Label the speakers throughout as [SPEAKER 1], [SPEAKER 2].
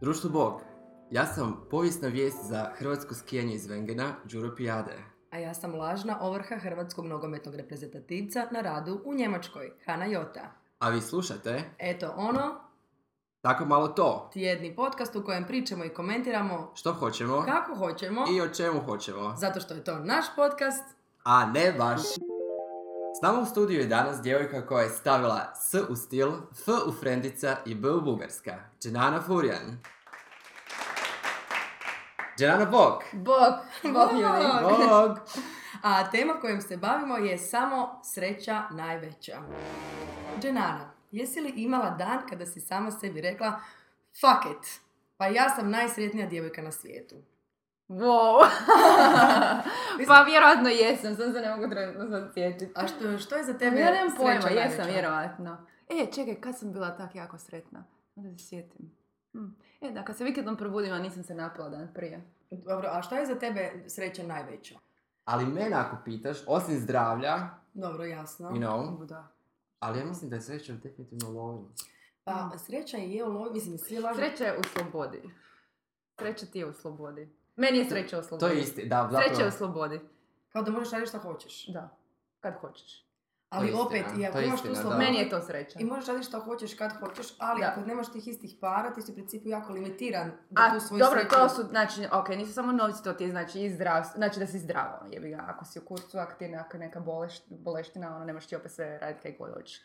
[SPEAKER 1] Društvo Bog, ja sam povijesna vijest za hrvatsko skijanje iz Vengena, Đuro Pijade.
[SPEAKER 2] A ja sam lažna ovrha hrvatskog nogometnog reprezentativca na radu u Njemačkoj, Hana Jota.
[SPEAKER 1] A vi slušate
[SPEAKER 2] Eto ono,
[SPEAKER 1] Tako malo to,
[SPEAKER 2] tjedni podcast u kojem pričamo i komentiramo
[SPEAKER 1] što hoćemo
[SPEAKER 2] kako hoćemo,
[SPEAKER 1] i o čemu hoćemo,
[SPEAKER 2] zato što je to naš podcast.
[SPEAKER 1] a ne vaš. S nama u studiju je danas djevojka koja je stavila S u stil, F u frendica i B u bugarska, Dženana Furjan. Dženana Bog!
[SPEAKER 2] Bog, Bog ljudi.
[SPEAKER 3] Bog.
[SPEAKER 1] Bog!
[SPEAKER 2] A tema kojom se bavimo je samo sreća najveća. Dženana, jesi li imala dan kada si sama sebi rekla fuck it, pa ja sam najsretnija djevojka na svijetu?
[SPEAKER 3] Wow. pa vjerojatno jesam, sad se ne mogu trenutno sad sjećati.
[SPEAKER 2] A što, što je za
[SPEAKER 3] Pa Ja
[SPEAKER 2] tebe
[SPEAKER 3] nemam
[SPEAKER 2] sreća
[SPEAKER 3] pojma, jesam
[SPEAKER 2] najveća?
[SPEAKER 3] vjerojatno. E, čekaj, kad sam bila tak jako sretna? Da se sjetim. Hm. E, da, kad se vikendom probudim, a nisam se napila dan prije.
[SPEAKER 2] Dobro, a šta je za tebe sreća najveća?
[SPEAKER 1] Ali mene ako pitaš, osim zdravlja,
[SPEAKER 2] Dobro, jasno.
[SPEAKER 1] you know,
[SPEAKER 3] U, Da.
[SPEAKER 1] ali ja mislim da je sreća definitivno lovina.
[SPEAKER 2] Pa sreća je u lovi, mislim, svi lažu.
[SPEAKER 3] Sreća je u slobodi. Sreća ti je u slobodi. Meni je sreća u
[SPEAKER 1] To
[SPEAKER 3] slobodi.
[SPEAKER 1] je isti, da,
[SPEAKER 3] Sreća je
[SPEAKER 1] zapravo.
[SPEAKER 3] u slobodi.
[SPEAKER 2] Kao da možeš raditi šta hoćeš.
[SPEAKER 3] Da, kad hoćeš.
[SPEAKER 2] Ali
[SPEAKER 1] istina,
[SPEAKER 2] opet, i ako
[SPEAKER 1] to je
[SPEAKER 2] imaš tu
[SPEAKER 1] istina,
[SPEAKER 2] slobodu,
[SPEAKER 1] da.
[SPEAKER 3] Meni je to sreća.
[SPEAKER 2] I možeš raditi šta hoćeš kad hoćeš, ali
[SPEAKER 3] Da.
[SPEAKER 2] ako nemaš tih istih para, ti si u principu jako limitiran da
[SPEAKER 3] A,
[SPEAKER 2] tu svoju
[SPEAKER 3] dobro,
[SPEAKER 2] sreću-
[SPEAKER 3] to su, znači, ok, nisu samo novci, to ti je, znači, i zdravstvo, znači da si zdravo, jebi ga, ako si u kurcu, ako ti je neka, neka boleš- boleština, ono, nemaš ti opet sve raditi kaj god hoćeš.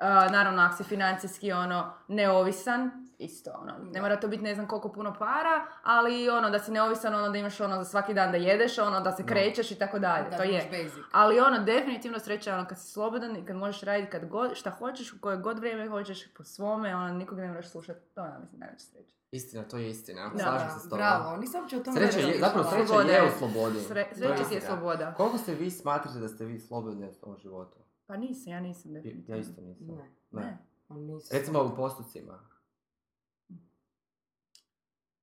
[SPEAKER 3] Uh, naravno, ako si financijski, ono, neovisan, isto, ono,
[SPEAKER 2] Da.
[SPEAKER 3] ne mora to biti ne znam koliko puno para, ali, ono, da si neovisan, ono, da imaš, ono, za svaki dan da jedeš, ono, da se
[SPEAKER 1] Da.
[SPEAKER 3] krećeš i tako dalje,
[SPEAKER 2] da,
[SPEAKER 3] to
[SPEAKER 2] imaš
[SPEAKER 3] je.
[SPEAKER 2] basic.
[SPEAKER 3] Ali ono, definitivno sreća je ono kad si slobodan i kad možeš raditi kad god, šta hoćeš, u koje god vrijeme hoćeš, po svome, ono, nikog ne moraš slušati, to je, ja mislim, najveća sreća.
[SPEAKER 1] Istina, to je istina.
[SPEAKER 3] Da,
[SPEAKER 1] Slažem
[SPEAKER 2] Da,
[SPEAKER 1] se s tobom.
[SPEAKER 2] Bravo, nisam uopće o tome
[SPEAKER 1] Sreća je,
[SPEAKER 2] razmišljala.
[SPEAKER 1] zapravo sreća
[SPEAKER 3] Sloboda
[SPEAKER 1] je
[SPEAKER 3] je.
[SPEAKER 1] u slobodi.
[SPEAKER 3] Sre,
[SPEAKER 1] To je
[SPEAKER 3] sreća ti je
[SPEAKER 1] istina.
[SPEAKER 3] sloboda.
[SPEAKER 1] Koliko ste vi smatrate da ste vi slobodni u svom životu?
[SPEAKER 3] Pa nisam, ja nisam
[SPEAKER 1] Vi-
[SPEAKER 3] definitivno.
[SPEAKER 1] Ja isto nisam.
[SPEAKER 2] Ne,
[SPEAKER 1] Ne.
[SPEAKER 3] Ne.
[SPEAKER 2] pa nisam.
[SPEAKER 1] Recimo u postupcima.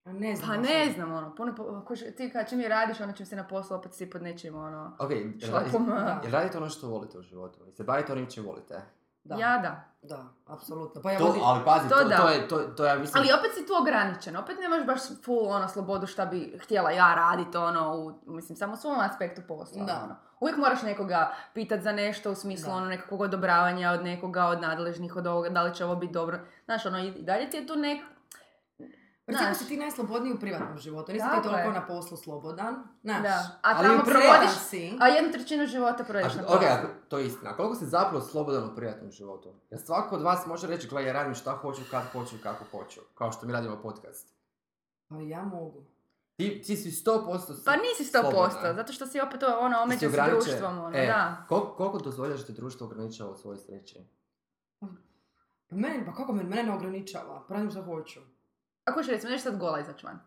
[SPEAKER 2] Pa ne znam.
[SPEAKER 3] Pa
[SPEAKER 2] baš
[SPEAKER 3] ne znam, ono, puno, po- ako š- ti kad čim je radiš, onda čim se na poslu opet si pod nečim, ono,
[SPEAKER 1] Ok, jel
[SPEAKER 3] šlapom.
[SPEAKER 2] Da.
[SPEAKER 1] jel radite ono što volite u životu? Jel se bavite onim čim volite?
[SPEAKER 2] Da,
[SPEAKER 3] Ja da.
[SPEAKER 2] da, apsolutno. Pa ja
[SPEAKER 1] To,
[SPEAKER 2] vozim-
[SPEAKER 1] ali pazi, to,
[SPEAKER 3] To da.
[SPEAKER 1] to, je, to, to ja mislim...
[SPEAKER 3] Ali opet si tu ograničen, opet nemaš baš full ono slobodu šta bi htjela ja radit ono u, mislim, samo u svom aspektu posla.
[SPEAKER 2] Da.
[SPEAKER 3] Ono. Uvijek moraš nekoga pitat za nešto u smislu
[SPEAKER 2] Da.
[SPEAKER 3] ono nekakvog odobravanja od nekoga, od nadležnih, od ovoga, da li će ovo biti dobro. Znaš, ono, i i dalje ti je tu nek...
[SPEAKER 2] U principu
[SPEAKER 3] znaš.
[SPEAKER 2] Pa si ti najslobodniji u privatnom životu, nisi ti
[SPEAKER 3] Tako
[SPEAKER 2] toliko
[SPEAKER 3] je.
[SPEAKER 2] na poslu slobodan. Znaš,
[SPEAKER 3] Da. A
[SPEAKER 1] Ali
[SPEAKER 3] tamo
[SPEAKER 1] u privatnom
[SPEAKER 3] provodiš...
[SPEAKER 2] sretan si.
[SPEAKER 3] A jednu trećinu života provodiš na
[SPEAKER 1] ok,
[SPEAKER 3] poslu.
[SPEAKER 1] ako- to je istina. Koliko ste zapravo slobodan u privatnom životu? Jer svako od vas može reći, gledaj, ja radim šta hoću, kad hoću, i kako hoću. Kao što mi radimo podcast.
[SPEAKER 2] Pa ja mogu.
[SPEAKER 1] Ti, ti si 100%
[SPEAKER 3] Pa nisi 100%,
[SPEAKER 1] Slobodna.
[SPEAKER 3] zato što si opet ono omeđen s
[SPEAKER 1] ograničen.
[SPEAKER 3] društvom, ono,
[SPEAKER 1] E,
[SPEAKER 3] da.
[SPEAKER 1] Koliko, koliko dozvoljaš da te društvo ograničava u svojoj sreći?
[SPEAKER 2] Pa mene, pa kako me, mene ne ograničava, pravim što hoću.
[SPEAKER 3] Ako ćeš recimo nešto sad gola izaći van.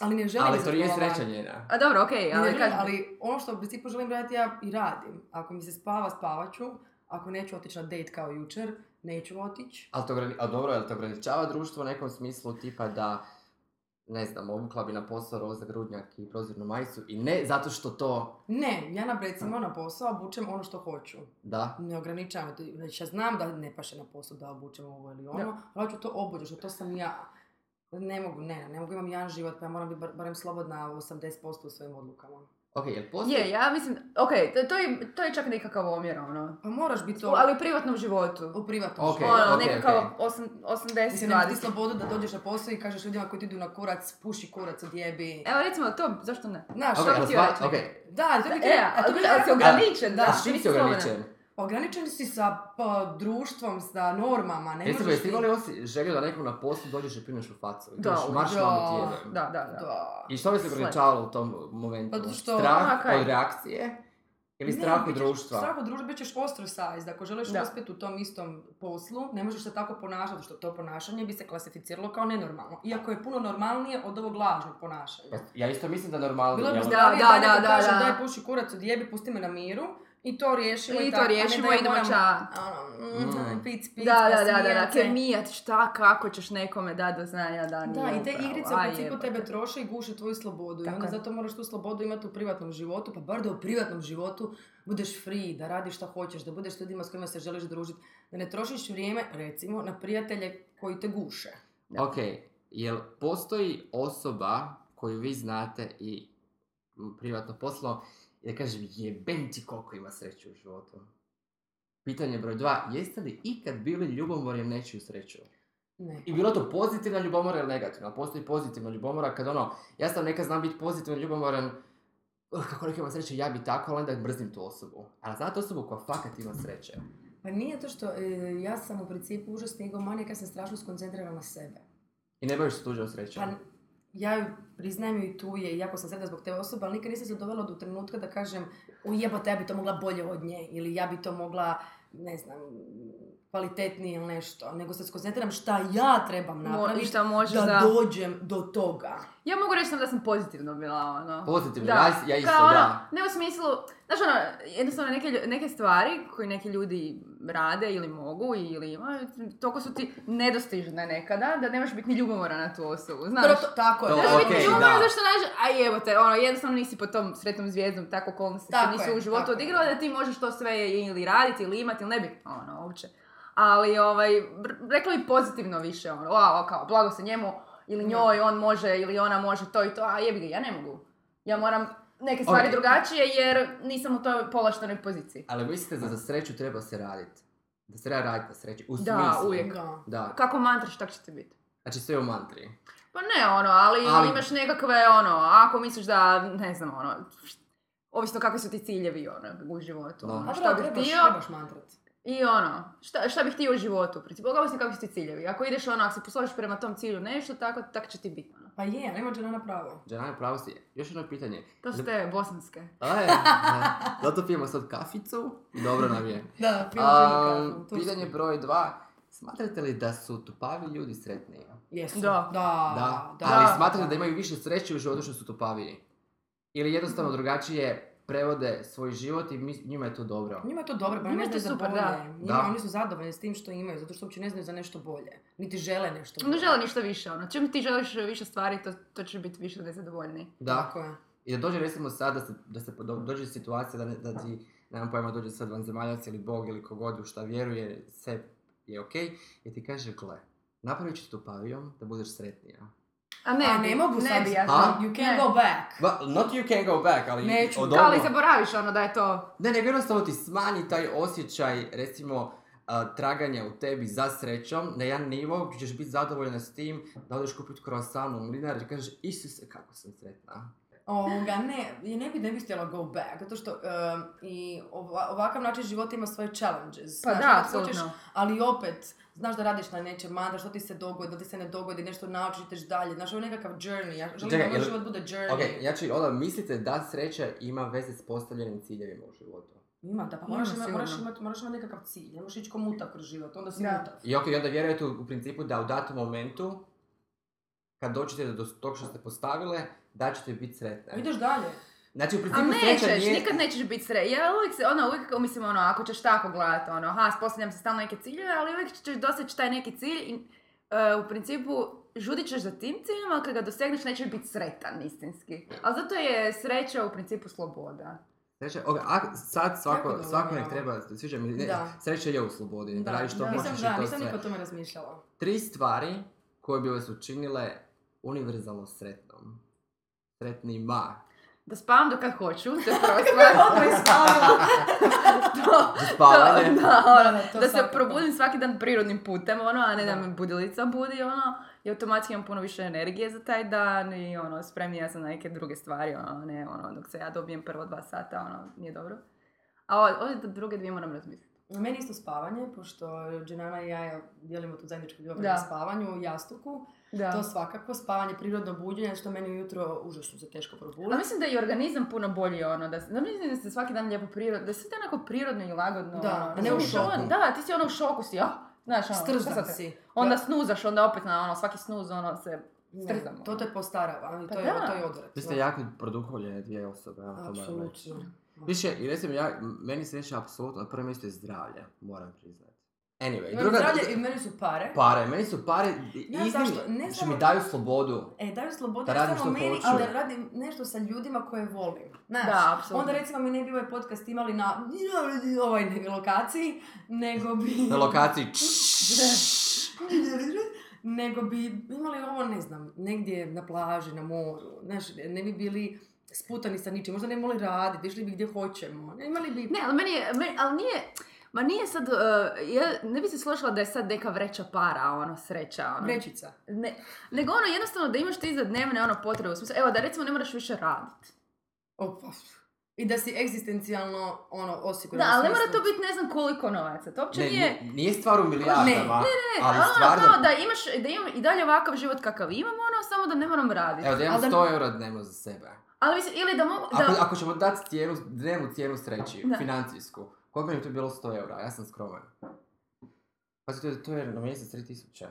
[SPEAKER 2] Ali ne želim
[SPEAKER 1] ali to
[SPEAKER 2] izaći
[SPEAKER 1] nije
[SPEAKER 2] gola van.
[SPEAKER 1] sreća njena.
[SPEAKER 3] A dobro, okej,
[SPEAKER 2] Ne
[SPEAKER 3] ali
[SPEAKER 2] želim,
[SPEAKER 3] kažem-
[SPEAKER 2] ali ono što u principu želim raditi ja i radim. Ako mi se spava, spavat ću. Ako neću otići na date kao jučer, neću otići.
[SPEAKER 1] Ali to, ograni- ali dobro, ali to ograničava društvo u nekom smislu tipa da, ne znam, obukla bi na posao roza grudnjak i prozirnu majicu i ne zato što to,
[SPEAKER 2] Ne, ja na recimo na posao obučem ono što hoću.
[SPEAKER 1] da,
[SPEAKER 2] Ne ograničavam, to, već ja znam da ne paše na posao da obučem ovo ili ono,
[SPEAKER 3] Da.
[SPEAKER 2] ali hoću to obući, što to sam ja. Ne mogu, ne, ne mogu, imam jedan život, pa ja moram biti bar- barem slobodna 80% u svojim odlukama.
[SPEAKER 1] ok, jel postoji,
[SPEAKER 3] Je, ja mislim, ok, to, to je, to je čak nekakav omjer, ono.
[SPEAKER 2] Pa moraš biti to,
[SPEAKER 3] U- Ali u privatnom životu.
[SPEAKER 2] u privatnom
[SPEAKER 1] Ok.
[SPEAKER 2] životu.
[SPEAKER 3] ono,
[SPEAKER 1] okej,
[SPEAKER 3] nekakav
[SPEAKER 1] okej.
[SPEAKER 3] osam-
[SPEAKER 2] Mislim, nemaš ti
[SPEAKER 3] 80-20.
[SPEAKER 2] slobodu da dođeš na posao i kažeš ljudima koji ti idu na kurac, puši kurac, odjebi.
[SPEAKER 3] Evo recimo to, zašto ne?
[SPEAKER 2] Znaš,
[SPEAKER 1] Ok,
[SPEAKER 3] što bi
[SPEAKER 1] jel
[SPEAKER 3] ti
[SPEAKER 1] sva-
[SPEAKER 3] reći?
[SPEAKER 1] ok,
[SPEAKER 2] Da, to bi ti-
[SPEAKER 3] E,
[SPEAKER 2] a to
[SPEAKER 3] ali
[SPEAKER 2] bi
[SPEAKER 3] ali si
[SPEAKER 2] rekao-
[SPEAKER 3] ograničen, da.
[SPEAKER 1] a
[SPEAKER 3] ti
[SPEAKER 1] s čim
[SPEAKER 3] nisi
[SPEAKER 1] si
[SPEAKER 3] slobodan.
[SPEAKER 1] ograničen?
[SPEAKER 2] Ograničen si sa pa, društvom, sa normama, ne
[SPEAKER 1] Recimo,
[SPEAKER 2] možeš
[SPEAKER 1] jesi
[SPEAKER 2] ti...
[SPEAKER 1] imali osi- želju da nekom na poslu dođeš i prineš u facu? I
[SPEAKER 3] Da,
[SPEAKER 1] kažeš, marš
[SPEAKER 2] da,
[SPEAKER 1] vam ti jedem.
[SPEAKER 3] Da, da, da.
[SPEAKER 2] Da.
[SPEAKER 1] I što bi se
[SPEAKER 3] Slep.
[SPEAKER 1] ograničavalo u tom momentu?
[SPEAKER 2] Pa zato što-
[SPEAKER 1] strah
[SPEAKER 3] Aha, kaj?
[SPEAKER 1] od reakcije ili
[SPEAKER 2] Ne,
[SPEAKER 1] strah od
[SPEAKER 2] bit ćeš-
[SPEAKER 1] društva?
[SPEAKER 2] Strah od društva, bit ćeš ostrosized. Ako želiš
[SPEAKER 3] Da.
[SPEAKER 2] uspjeti u tom istom poslu, ne možeš se tako ponašati, što to ponašanje bi se klasificiralo kao nenormalno. Iako je puno normalnije od ovog lažnog ponašanja.
[SPEAKER 1] Pa, ja isto mislim da normalno
[SPEAKER 2] Bilo bi
[SPEAKER 1] djeluje.
[SPEAKER 2] zdravije da,
[SPEAKER 3] Pa, Da, da,
[SPEAKER 2] neko
[SPEAKER 3] da,
[SPEAKER 2] kaže
[SPEAKER 3] da.
[SPEAKER 2] daj puši kurac, odjebi, pusti me na miru i to riješimo.
[SPEAKER 3] I to
[SPEAKER 2] tako, a ne
[SPEAKER 3] riješimo,
[SPEAKER 2] da ja
[SPEAKER 3] idemo
[SPEAKER 2] moram,
[SPEAKER 3] ča.
[SPEAKER 2] ono, mm,
[SPEAKER 1] Mm.
[SPEAKER 2] pic, pic,
[SPEAKER 3] Da, da, da, da, da,
[SPEAKER 2] nasmijat se.
[SPEAKER 3] kemijat, šta, kako ćeš nekome dati do znanja da
[SPEAKER 2] Da,
[SPEAKER 3] nije
[SPEAKER 2] i te
[SPEAKER 3] upravo.
[SPEAKER 2] igrice u
[SPEAKER 3] A,
[SPEAKER 2] principu
[SPEAKER 3] jebote.
[SPEAKER 2] tebe troše i guše tvoju slobodu. I
[SPEAKER 3] Tako
[SPEAKER 2] onda
[SPEAKER 3] je.
[SPEAKER 2] zato moraš tu slobodu imati u privatnom životu, pa bar da u privatnom životu budeš free, da radiš šta hoćeš, da budeš s ljudima s kojima se želiš družiti, da ne trošiš vrijeme, recimo, na prijatelje koji te guše.
[SPEAKER 3] Da.
[SPEAKER 1] Ok, Jel postoji osoba koju vi znate i m, privatno poslovno i da kaže jeben ti koliko ima sreće u životu? Pitanje broj dva, jeste li ikad bili ljubomorjem nečiju sreću?
[SPEAKER 2] Ne.
[SPEAKER 1] I bilo to pozitivna ljubomora ili negativna. Postoji pozitivna ljubomora kad ono, ja sam nekad znam biti pozitivno ljubomoran, "Uh, kako neka ima sreće, ja bi tako, ali onda mrzim tu osobu. A znate osobu koja fakat ima sreće?
[SPEAKER 2] Pa nije to što, e, ja sam u principu užasna egomanija kad sam strašno skoncentrirana na sebe.
[SPEAKER 1] I ne baviš se tuđom srećom.
[SPEAKER 2] Pa ja ju priznajem i tu je, jako sam sretna zbog te osobe, ali nikad nisam se dovela do trenutka da kažem ujebate, ja bi to mogla bolje od nje, ili ja bi to mogla, ne znam, kvalitetnije ili nešto, nego se skoncentriram šta ja trebam
[SPEAKER 3] Mo- i
[SPEAKER 2] napraviti
[SPEAKER 3] šta možeš
[SPEAKER 2] da
[SPEAKER 3] da...
[SPEAKER 2] dođem do toga.
[SPEAKER 3] Ja mogu reći samo da sam pozitivno bila, ono.
[SPEAKER 1] Pozitivno, ja, ja isto,
[SPEAKER 3] kao ono,
[SPEAKER 1] da.
[SPEAKER 3] Ne u smislu, znaš ono, jednostavno neke, lju- neke stvari koje neki ljudi rade ili mogu ili imaju, toliko su ti nedostižne nekada da ne možeš biti ni ljubomora na tu osobu, znaš.
[SPEAKER 2] Prvo to- tako je.
[SPEAKER 1] To,
[SPEAKER 2] Znaš,
[SPEAKER 3] Znaš,
[SPEAKER 1] Okej,
[SPEAKER 3] biti
[SPEAKER 2] biti
[SPEAKER 1] da.
[SPEAKER 2] ljubav-
[SPEAKER 3] ljubomoran zašto nađe, a evo te, ono, jednostavno nisi pod tom sretnom zvijezdom, tako okolnosti se
[SPEAKER 2] Tako
[SPEAKER 3] nisu
[SPEAKER 2] je,
[SPEAKER 3] u životu
[SPEAKER 2] tako je.
[SPEAKER 3] odigrala, da ti možeš to sve ili raditi ili imati ili ne bitno, ono, uopće. Ali, ovaj, r- rekla bi pozitivno više, ono, wow, kao, blago se njemu, ili njoj, on može, ili ona može to i to, a jebi ga, ja ne mogu. Ja moram neke stvari
[SPEAKER 1] Ok.
[SPEAKER 3] drugačije jer nisam u toj povlaštenoj poziciji.
[SPEAKER 1] Ali mislite da za sreću treba se raditi? Da se treba raditi na sreći? U
[SPEAKER 3] Da,
[SPEAKER 1] smislu.
[SPEAKER 3] uvijek.
[SPEAKER 2] Da.
[SPEAKER 1] Da,
[SPEAKER 3] Kako mantraš, tak će ti biti.
[SPEAKER 1] znači sve u mantri.
[SPEAKER 3] Pa ne, ono, ali,
[SPEAKER 1] Ali-
[SPEAKER 3] imaš nekakve, ono, ako misliš da, ne znam, ono, ovisno kakvi su ti ciljevi, ono, u životu.
[SPEAKER 1] Da.
[SPEAKER 3] ono,
[SPEAKER 2] A
[SPEAKER 3] šta
[SPEAKER 2] prvo
[SPEAKER 3] bih
[SPEAKER 2] trebaš,
[SPEAKER 3] htio
[SPEAKER 2] trebaš mantrat.
[SPEAKER 3] i ono, šta, šta bih htio u životu, u principu, ovisno kakvi su ti ciljevi. Ako ideš, ono, ako se posložiš prema tom cilju nešto, tako, tak će ti biti, ono.
[SPEAKER 2] Pa je, ali ima dženana pravo.
[SPEAKER 1] Džanane, pravo si. Još jedno pitanje.
[SPEAKER 3] To su te bosanske.
[SPEAKER 1] Aj, zato pijemo sad kaficu i dobro nam je.
[SPEAKER 2] Da,
[SPEAKER 1] Am, pitanje broj dva. Smatrate li da su tupavi ljudi sretniji?
[SPEAKER 2] Jesu.
[SPEAKER 3] Da.
[SPEAKER 2] Da. Da.
[SPEAKER 1] Da, ali
[SPEAKER 3] Da.
[SPEAKER 1] smatrate da imaju više sreće u životu što su tupaviji? Ili jednostavno drugačije prevode svoj život i mis- njima je to dobro?
[SPEAKER 2] Njima je to dobro, pa
[SPEAKER 3] Njima
[SPEAKER 2] ne
[SPEAKER 3] je to
[SPEAKER 2] znaju za
[SPEAKER 3] super,
[SPEAKER 2] bolje.
[SPEAKER 3] da.
[SPEAKER 2] Njima,
[SPEAKER 1] Da.
[SPEAKER 2] Oni su zadovoljni s tim što imaju, zato što uopće ne znaju za nešto bolje. Niti žele nešto bolje.
[SPEAKER 3] Ne žele ništa više, ono, čim ti želiš više stvari, to, to će biti više nezadovoljniji.
[SPEAKER 1] Da,
[SPEAKER 2] Tako je.
[SPEAKER 1] I da dođe recimo sad, da se, da se do- dođe situacija da, ne- da ti, nemam pojma, dođe sad vanzemaljac ili bog ili kogod u šta vjeruje, sve je okej, i ti kaže, gle, napravit ću tu pavijom da budeš sretnija.
[SPEAKER 3] A ne,
[SPEAKER 2] A
[SPEAKER 3] bi,
[SPEAKER 2] ne mogu sad.
[SPEAKER 3] bi ja
[SPEAKER 1] A?
[SPEAKER 3] to.
[SPEAKER 2] You
[SPEAKER 3] Ne.
[SPEAKER 2] can go back.
[SPEAKER 1] Ba, not you can go back, ali...
[SPEAKER 2] Neću.
[SPEAKER 1] od
[SPEAKER 3] Kao
[SPEAKER 1] ono-
[SPEAKER 3] li zaboraviš ono da je to...
[SPEAKER 1] Ne, nego jednostavno ti smanji taj osjećaj, recimo, a, traganja u tebi za srećom na jedan nivo gdje ćeš biti zadovoljna s tim da odeš kupiti croissant u mlinar i kažeš Isuse kako sam sretna.
[SPEAKER 2] Ovoga, ne, ja ne bi, ne bi htjela go back, zato što em, i ova- ovakav način života ima svoje challenges.
[SPEAKER 3] Pa
[SPEAKER 2] Znaš,
[SPEAKER 3] da,
[SPEAKER 2] kad hoćeš-
[SPEAKER 3] apsolutno.
[SPEAKER 2] Ali opet, znaš da radiš na nečem, manda, što ti se dogodi, da ti se ne dogodi, nešto naučiš, ideš dalje. Znaš, ovo je nekakav journey, ja želim
[SPEAKER 1] Čekaj,
[SPEAKER 2] da moj
[SPEAKER 1] jel-
[SPEAKER 2] život bude journey.
[SPEAKER 1] Ok, znači onda mislite da sreća ima veze s postavljenim ciljevima u životu.
[SPEAKER 2] Ima, da, pa
[SPEAKER 3] Ima,
[SPEAKER 2] moraš, ima, moraš,
[SPEAKER 3] sigurno.
[SPEAKER 2] imat, moraš imat nekakav cilj, ne možeš ići ko mutav kroz život, onda si
[SPEAKER 3] Da.
[SPEAKER 2] mutav.
[SPEAKER 1] I ok, onda vjerujete u u principu da u datom momentu, kad dođete do tog što ste postavile, da ćete biti sretne.
[SPEAKER 2] Ideš dalje.
[SPEAKER 1] Znači u
[SPEAKER 3] A
[SPEAKER 1] principu sreća
[SPEAKER 3] nećeš,
[SPEAKER 1] nije...
[SPEAKER 3] nikad nećeš biti sre... Ja uvijek se, ono, uvijek, mislim, ono, ako ćeš tako gledati, ono, aha, postavljam se stalno neke ciljeve, ali uvijek ćeš doseći taj neki cilj i e, u principu žudit ćeš za tim ciljem, ali kad ga dosegneš nećeš biti sretan istinski. Ali zato je sreća u principu sloboda.
[SPEAKER 1] Sreća, ok, a sad svako,
[SPEAKER 2] Jako dobro,
[SPEAKER 1] svako nek
[SPEAKER 2] bravo.
[SPEAKER 1] treba, sviđa mi, ne,
[SPEAKER 2] Da.
[SPEAKER 1] sreća je u slobodi, da, radiš što
[SPEAKER 3] da.
[SPEAKER 1] možeš
[SPEAKER 2] nisam,
[SPEAKER 1] i
[SPEAKER 2] da,
[SPEAKER 1] to
[SPEAKER 2] nisam
[SPEAKER 1] sve.
[SPEAKER 2] nikad o tome razmišljala.
[SPEAKER 1] Tri stvari koje bi vas učinile univerzalno sretnom. Sretnima.
[SPEAKER 3] Da spavam do kad hoću, to je prva stvar. To-
[SPEAKER 1] Za
[SPEAKER 3] to-
[SPEAKER 1] Spavanje.
[SPEAKER 3] da, ono,
[SPEAKER 2] to
[SPEAKER 3] da se
[SPEAKER 2] svakako.
[SPEAKER 3] probudim svaki dan prirodnim putem, ono, a ne da,
[SPEAKER 2] Da.
[SPEAKER 3] me budilica budi, ono, i automatski imam puno više energije za taj dan i, ono, spremnija sam na neke druge stvari, ono, a ne, ono, dok se ja dobijem prvo dva sata, ono, nije dobro. A o- ove druge dvije moram razmisliti.
[SPEAKER 2] Meni isto spavanje, pošto Dženana i ja dijelimo tu zajedničku ljubav
[SPEAKER 3] Da.
[SPEAKER 2] na spavanju, jastuku.
[SPEAKER 3] Da.
[SPEAKER 2] To svakako, spavanje, prirodno buđenje, što meni ujutro užasno se teško probudi.
[SPEAKER 3] Ali mislim da je i organizam puno bolji, ono, da, da mislim da se svaki dan lijepo prirodno, da se te onako prirodno i lagodno,
[SPEAKER 2] Da,
[SPEAKER 3] ono,
[SPEAKER 2] a ne u
[SPEAKER 3] razumiješ,
[SPEAKER 1] šoku.
[SPEAKER 3] ono, Da, ti si ono u šoku si, ah, znaš, ono,
[SPEAKER 2] Strzam
[SPEAKER 3] strzate.
[SPEAKER 2] si.
[SPEAKER 3] Onda
[SPEAKER 2] Da.
[SPEAKER 3] snuzaš, onda opet na ono, svaki snuz, ono, se
[SPEAKER 2] Ne,
[SPEAKER 3] strzamo.
[SPEAKER 2] To te postarava, ali
[SPEAKER 3] Pa
[SPEAKER 2] to, je,
[SPEAKER 3] da.
[SPEAKER 2] to je
[SPEAKER 1] Vi
[SPEAKER 2] odvratno.
[SPEAKER 1] ste jako znači. produhovlje dvije osobe. evo, to moram reći.
[SPEAKER 2] Apsolutno.
[SPEAKER 1] Više, i recimo, ja, m- meni se više apsolutno, na prvo mjesto je zdravlje, moram priznati. Anyway,
[SPEAKER 2] Imam
[SPEAKER 1] druga... Pa-
[SPEAKER 2] zdravlje i meni su pare.
[SPEAKER 1] Pare, meni su pare
[SPEAKER 2] Ne, zašto?
[SPEAKER 1] iznimne,
[SPEAKER 2] Ne
[SPEAKER 1] što
[SPEAKER 2] samo-
[SPEAKER 1] mi daju slobodu.
[SPEAKER 2] E, daju slobodu
[SPEAKER 1] Da
[SPEAKER 2] ne
[SPEAKER 1] radim
[SPEAKER 2] samo
[SPEAKER 1] Pa što
[SPEAKER 2] meni,
[SPEAKER 1] hoću.
[SPEAKER 2] ali da radim nešto sa ljudima koje volim. Znaš,
[SPEAKER 3] Da, apsolutno.
[SPEAKER 2] onda recimo mi ne bi ovaj podcast imali na ovoj ne- lokaciji, nego bi...
[SPEAKER 1] Na lokaciji, čš,
[SPEAKER 2] nego bi imali ovo, ne znam, negdje na plaži, na moru, znaš, ne bi bili sputani sa ničim, možda ne bi mogli raditi, išli bi gdje hoćemo, imali bi...
[SPEAKER 3] Ne, ali meni je, meni- ali nije, ma nije sad, eh, ja ne bi se složila da je sad neka vreća para, ono, sreća, ono.
[SPEAKER 2] Vrećica.
[SPEAKER 3] Ne, nego ono, jednostavno da imaš ti za dnevne ono potrebe, u smislu, evo da recimo ne moraš više raditi.
[SPEAKER 2] O, pa, I da si egzistencijalno ono, osiguran.
[SPEAKER 3] Da,
[SPEAKER 2] u
[SPEAKER 3] ali ne mora
[SPEAKER 2] smislu-
[SPEAKER 3] to biti ne znam koliko novaca, to uopće
[SPEAKER 1] Ne,
[SPEAKER 3] nije...
[SPEAKER 1] nije, nije stvar u milijardama,
[SPEAKER 2] Ne, ne,
[SPEAKER 3] Ne,
[SPEAKER 1] ali
[SPEAKER 3] ali ono
[SPEAKER 1] stvarno,
[SPEAKER 3] kao da imaš, da imam i dalje ovakav život kakav imam, ono, samo da ne moram raditi.
[SPEAKER 1] evo da imam
[SPEAKER 2] ali da-
[SPEAKER 1] 100 eura dnevno za sebe.
[SPEAKER 3] Ali mislim, ili da mogu,
[SPEAKER 1] Ako,
[SPEAKER 3] da,
[SPEAKER 1] ako ćemo dati cijenu, dnevnu cijenu sreći,
[SPEAKER 3] Da.
[SPEAKER 1] financijsku, koliko bi to bilo 100 eura, ja sam skroman. Pazi, to je, to je na mjesec 3000.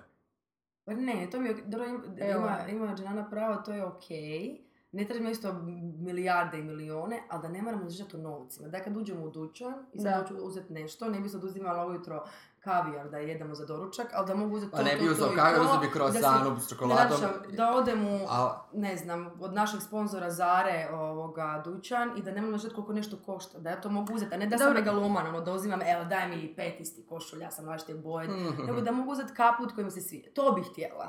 [SPEAKER 2] Pa ne, to mi je, dobro, im-
[SPEAKER 1] E,
[SPEAKER 3] Evo.
[SPEAKER 2] ima,
[SPEAKER 1] ovaj.
[SPEAKER 2] ima Dženana pravo, to je okej. Ne tražimo isto milijarde i milijone, ali da ne moramo držati u novcima. Da kad uđemo u dućan i sad
[SPEAKER 3] Da.
[SPEAKER 2] hoću uzeti nešto, ne bi se oduzimala ujutro kavijar da jedemo za doručak, ali da mogu uzeti to,
[SPEAKER 1] Pa ne
[SPEAKER 2] to,
[SPEAKER 1] bi
[SPEAKER 2] to
[SPEAKER 1] uzeo
[SPEAKER 2] i
[SPEAKER 1] kavijar,
[SPEAKER 2] to,
[SPEAKER 1] uzeo bi
[SPEAKER 2] da
[SPEAKER 1] croissant s
[SPEAKER 2] se-
[SPEAKER 1] čokoladom.
[SPEAKER 2] znači, da odem u,
[SPEAKER 1] A,
[SPEAKER 2] ne znam, od našeg sponzora Zare ovoga, dućan i da ne moram držati koliko nešto košta, da ja to mogu uzeti, a ne da sam
[SPEAKER 3] Dobro.
[SPEAKER 2] megaloman, ono, da uzimam, evo, daj mi pet isti košulj, ja sam različite boje,
[SPEAKER 1] Mm.
[SPEAKER 2] nego da mogu uzeti kaput koji mi se svije. To bih htjela.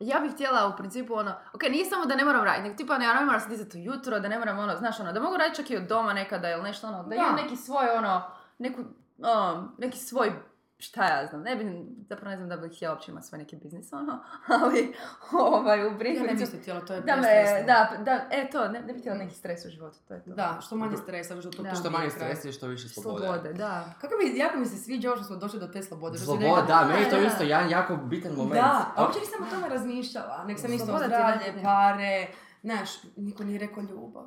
[SPEAKER 3] ja bih htjela u principu ono, ok, nije samo da ne moram raditi, nego tipa ne, ja ne moram se dizati ujutro, da ne moram ono, znaš ono, da mogu raditi čak i od doma nekada ili nešto ono, da,
[SPEAKER 2] Da.
[SPEAKER 3] imam neki svoj ono, neku, ono, neki svoj, šta ja znam, ne bi, zapravo ne znam da bih htjela uopće imati svoj neki biznis ono, ali ovaj,
[SPEAKER 2] Ja
[SPEAKER 3] u
[SPEAKER 2] ne bih
[SPEAKER 3] principu,
[SPEAKER 2] isto htjela, to je
[SPEAKER 3] da me,
[SPEAKER 2] prestresno.
[SPEAKER 3] da, da, e to, ne, ne bih htjela neki stres u životu, to je to.
[SPEAKER 2] Da, što manje stresa, što to
[SPEAKER 3] Da.
[SPEAKER 2] to
[SPEAKER 1] Što
[SPEAKER 2] mi je
[SPEAKER 1] manje
[SPEAKER 2] kraj.
[SPEAKER 1] stresa i što više slobode.
[SPEAKER 3] Slobode, da.
[SPEAKER 2] Kako mi, jako mi se sviđa ovo što smo došli do te slobode. što si
[SPEAKER 1] Sloboda,
[SPEAKER 2] rekla-
[SPEAKER 1] da, meni je to
[SPEAKER 3] da, da.
[SPEAKER 1] isto jedan jako bitan moment.
[SPEAKER 2] Da,
[SPEAKER 1] A-
[SPEAKER 2] a uopće nisam o tome razmišljala. Nek sam isto o
[SPEAKER 3] Sloboda ti
[SPEAKER 2] zdravlje,
[SPEAKER 3] daje-
[SPEAKER 2] pare, znaš, niko nije rekao ljubav.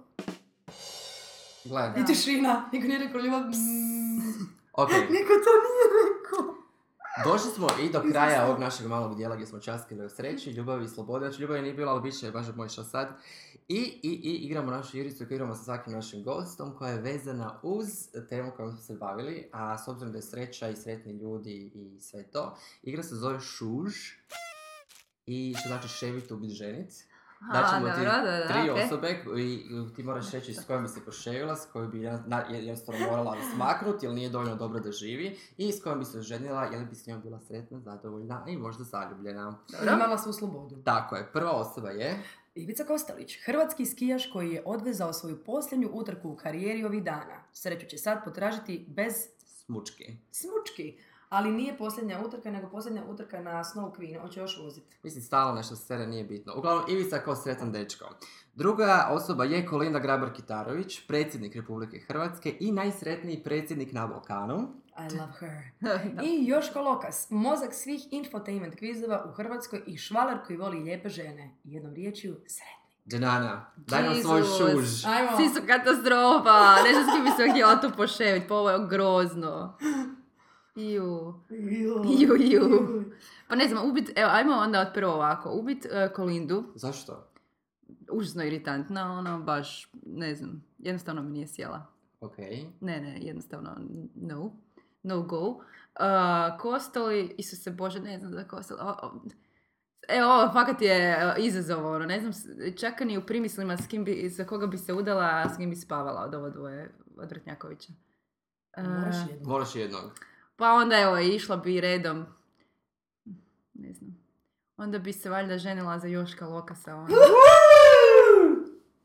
[SPEAKER 1] Gledaj,
[SPEAKER 2] I tišina, niko nije rekao ljubav. Mm.
[SPEAKER 1] ok,
[SPEAKER 2] Niko to nije rekao.
[SPEAKER 1] došli smo i do kraja ovog našeg malog dijela gdje smo časkili o sreći, ljubavi i slobode. Znači, ljubavi nije bilo, ali bit će baš moj šta sad. I, i, i igramo našu igricu koju igramo sa svakim našim gostom koja je vezana uz temu kojom smo se bavili, a s obzirom da je sreća i sretni ljudi i sve to, igra se zove Šuž i što znači ševit, ubit, ženit. Znači,
[SPEAKER 3] A,
[SPEAKER 1] ti
[SPEAKER 3] dobro, da, da,
[SPEAKER 1] tri
[SPEAKER 3] okej.
[SPEAKER 1] osobe i ti moraš reći s kojom bi se poševila, s kojom bi jedna- na- jednostavno morala smaknuti jer nije dovoljno dobro da živi i s kojom bi se ženila jer bi s njom bila sretna, zadovoljna i možda zaljubljena.
[SPEAKER 3] Dobro.
[SPEAKER 2] Imala svu slobodu.
[SPEAKER 1] Tako je, prva osoba je...
[SPEAKER 2] Ivica Kostelić, hrvatski skijaš koji je odvezao svoju posljednju utrku u karijeri ovih dana. Sreću će sad potražiti bez
[SPEAKER 1] Smučki.
[SPEAKER 2] smučki. Ali nije posljednja utrka, nego posljednja utrka na Snow Queen. On će još voziti.
[SPEAKER 1] Mislim, stalo nešto sere nije bitno. Uglavnom, Ivica kao sretan dečko. Druga osoba je Kolinda Grabar-Kitarović, predsjednik Republike Hrvatske i najsretniji predsjednik na Balkanu.
[SPEAKER 2] I love her.
[SPEAKER 3] Da.
[SPEAKER 2] I Joško Lokas, mozak svih infotainment kvizova u Hrvatskoj i švaler koji voli lijepe žene. Jednom riječju, sretni.
[SPEAKER 1] Dženana, daj nam svoj
[SPEAKER 3] Jesus.
[SPEAKER 1] šuž.
[SPEAKER 2] Ajmo!
[SPEAKER 3] Svi su katastrofa, ne znam s kim bi se htjela tu poševit, pa ovo je grozno. Iju, iju, iju. Pa ne znam, ubit, evo, ajmo onda od prvo ovako, ubit eh, Kolindu,
[SPEAKER 1] Zašto?
[SPEAKER 3] užasno iritantna, ono, baš, ne znam, jednostavno mi nije sjela.
[SPEAKER 1] Ok.
[SPEAKER 3] Ne, ne, jednostavno, no, no go. Uh, kostoli, Isuse Bože, ne znam za kostoli. O, o, evo, ovo fakat je e, izazov, ono, ne znam, s- čak ni u primislima s kim bi, za koga bi se udala, a s kim bi spavala od ovo dvoje, od Vrtnjakovića. E,
[SPEAKER 2] Moraš jedno.
[SPEAKER 1] Moraš jednog.
[SPEAKER 3] pa onda, evo, išla bi redom, ne znam, onda bi se valjda ženila za Joška Lokasa, ono,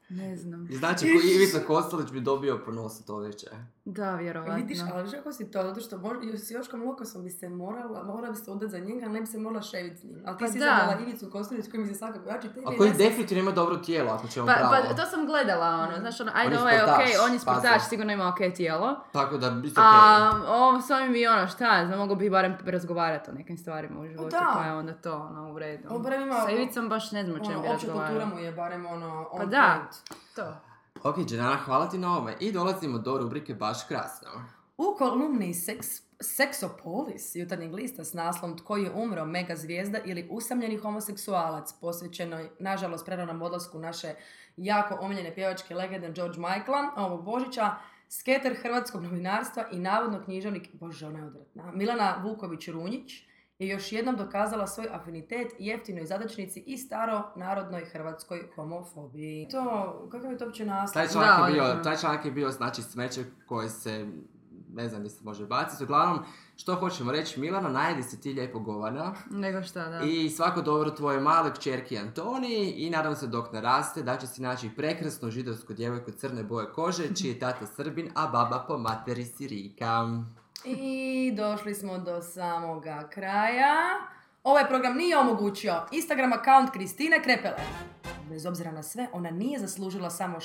[SPEAKER 3] ne znam.
[SPEAKER 1] I znači, ko- Ivica Kostelić bi dobio po nosu to veće.
[SPEAKER 3] Da, vjerovatno.
[SPEAKER 2] Vidiš, ali žako si to, zato što mor, s Joškom Lokasom bi se morala, morala bi se odati za njega, ali ne bi se morala ševiti s njim. Ali ti
[SPEAKER 3] Pa
[SPEAKER 2] si
[SPEAKER 3] da.
[SPEAKER 2] izabrala Ivicu Kostelić koji mi se svakako jači tebe.
[SPEAKER 1] A
[SPEAKER 2] i
[SPEAKER 1] koji
[SPEAKER 2] nas-
[SPEAKER 1] definitivno ima dobro tijelo, ako ćemo
[SPEAKER 3] Pa,
[SPEAKER 1] pravo.
[SPEAKER 3] pa to sam gledala, ono, znaš, ono,
[SPEAKER 1] On
[SPEAKER 3] ajde,
[SPEAKER 1] je
[SPEAKER 3] ovo je
[SPEAKER 1] sportaš,
[SPEAKER 3] okej, on je sportaš,
[SPEAKER 1] pazi.
[SPEAKER 3] sigurno ima okej tijelo.
[SPEAKER 1] Tako da, isto
[SPEAKER 3] A
[SPEAKER 1] okej.
[SPEAKER 3] ovo s ovim i ono, šta, ja znam, mogu bi barem razgovarati o nekim stvarima u životu,
[SPEAKER 2] da.
[SPEAKER 3] pa je onda to, ono, u redu.
[SPEAKER 2] On barem ima-
[SPEAKER 3] Sa Ivicom baš ne znam o čemu
[SPEAKER 2] Ono,
[SPEAKER 3] bi
[SPEAKER 2] opća kultura
[SPEAKER 3] razgovarala.
[SPEAKER 2] mu je barem ono... on
[SPEAKER 3] Pa da.
[SPEAKER 2] point.
[SPEAKER 3] To.
[SPEAKER 1] Ok, Dženana, hvala ti na ovome. I dolazimo do rubrike Baš krasno.
[SPEAKER 2] U kolumni Seks, Seksopolis jutarnjeg lista s naslom Tko je umro, mega zvijezda ili usamljeni homoseksualac posvećenoj, nažalost, preranom odlasku naše jako omiljene pjevačke legende George Michaela, ovog Božića, sketer hrvatskog novinarstva i navodno književnik, bože, ona je odvratna, Milana Vuković-Runjić je još jednom dokazala svoj afinitet jeftinoj zadačnici i staro narodnoj hrvatskoj homofobiji. To, kakav je to uopće naslov?
[SPEAKER 1] Taj članak,
[SPEAKER 3] Da,
[SPEAKER 1] je bio,
[SPEAKER 3] odlično.
[SPEAKER 1] taj članak je bio, znači, smeće koje se ne znam gdje se može baciti. Uglavnom, što hoćemo reći, Milana, najdi si ti lijepo govana
[SPEAKER 3] Nego šta, da.
[SPEAKER 1] i svako dobro tvoje male kćerki Antoni i nadam se dok naraste da će si naći prekrasnu židovsku djevojku crne boje kože, čiji je tata Srbin, a baba po materi Sirika.
[SPEAKER 2] I došli smo do samoga kraja. Ovaj program nije omogućio Instagram account Kristine Krepele. Bez obzira na sve, ona nije zaslužila samo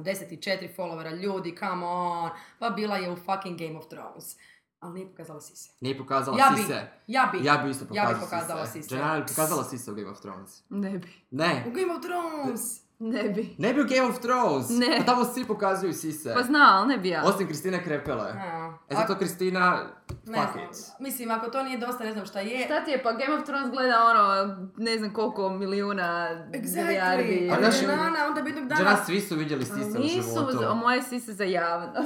[SPEAKER 2] 674 followera ljudi, come on. Pa bila je u fucking Game of Thrones. Ali nije pokazala sise.
[SPEAKER 1] Nije pokazala
[SPEAKER 2] Ja bi,
[SPEAKER 1] sise.
[SPEAKER 2] ja bi.
[SPEAKER 1] Ja bi isto
[SPEAKER 2] Ja
[SPEAKER 1] pokazala,
[SPEAKER 2] bi pokazala sise.
[SPEAKER 1] Jenna bi pokazala sise u Game of Thrones.
[SPEAKER 3] Ne bi.
[SPEAKER 1] Ne,
[SPEAKER 2] U Game of Thrones!
[SPEAKER 3] Ne bi.
[SPEAKER 1] ne bi u Game of Thrones.
[SPEAKER 3] Ne.
[SPEAKER 1] Pa tamo svi pokazuju sise.
[SPEAKER 3] Pa zna, ali ne bi ja.
[SPEAKER 1] Osim Kristine Krepele.
[SPEAKER 2] A,
[SPEAKER 1] E zato Kristina,
[SPEAKER 2] ne znam.
[SPEAKER 1] fuck it.
[SPEAKER 2] Mislim, ako to nije dosta, ne znam šta je.
[SPEAKER 3] Šta ti je, pa Game of Thrones gleda ono, ne znam koliko milijuna, milijardi.
[SPEAKER 2] Exactly.
[SPEAKER 1] A
[SPEAKER 2] Ali
[SPEAKER 1] znaš,
[SPEAKER 2] Nana, onda bi jednog dana...
[SPEAKER 1] Jenna, svi su vidjeli
[SPEAKER 3] Ali
[SPEAKER 1] sise u
[SPEAKER 3] Nisu,
[SPEAKER 1] životu.
[SPEAKER 3] za- moje sise za javnost.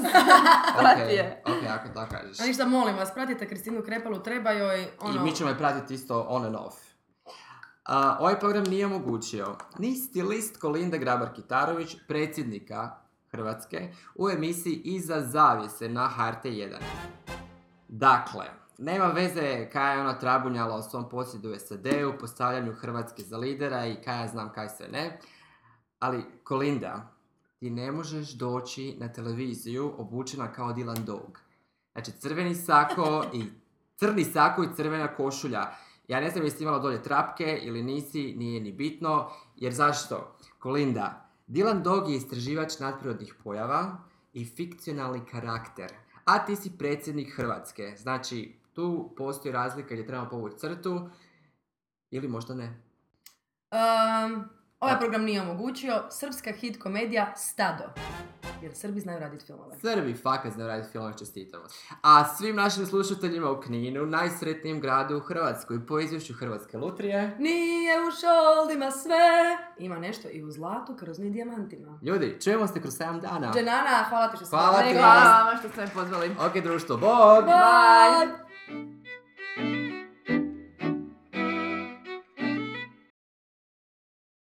[SPEAKER 1] Ok,
[SPEAKER 3] je.
[SPEAKER 1] ok, ako tako kažeš.
[SPEAKER 2] A ništa, molim vas, pratite Kristinu Krepalu, treba joj, ono...
[SPEAKER 1] I mi ćemo je pratiti isto on and off. A, ovaj program nije omogućio ni stilist Kolinda Grabar-Kitarović, predsjednika Hrvatske, u emisiji Iza zavjese na HRT1. Dakle, nema veze kaj je ona trabunjala o svom posjedu u SAD-u, postavljanju Hrvatske za lidera i kaj ja znam kaj sve ne. Ali, Kolinda, ti ne možeš doći na televiziju obučena kao Dylan Dog. Znači, crveni sako i crni sako i crvena košulja. Ja ne znam jesi imala dolje trapke ili nisi, nije ni bitno, jer zašto? Kolinda, Dylan Dog je istraživač nadprirodnih pojava i fikcionalni karakter, a ti si predsjednik Hrvatske. Znači, tu postoji razlika gdje trebamo povući crtu, ili možda ne.
[SPEAKER 2] Um, ovaj program nije omogućio. Srpska hit komedija Stado. Jer Srbi znaju raditi filmove.
[SPEAKER 1] Srbi fakat znaju raditi filmove, čestitamo. A svim našim slušateljima u Kninu, najsretnijem gradu u Hrvatskoj, po izvješću Hrvatske lutrije,
[SPEAKER 2] Nije u šoldima sve. Ima nešto i u zlatu, krozni dijamantima.
[SPEAKER 1] ljudi, čujemo se kroz 7 dana.
[SPEAKER 2] Dženana, hvala ti što si
[SPEAKER 1] Hvala
[SPEAKER 2] došla.
[SPEAKER 1] ti.
[SPEAKER 3] Hvala vama što ste me pozvali.
[SPEAKER 1] Ok, društvo, bog!
[SPEAKER 2] Bye.
[SPEAKER 3] Bye.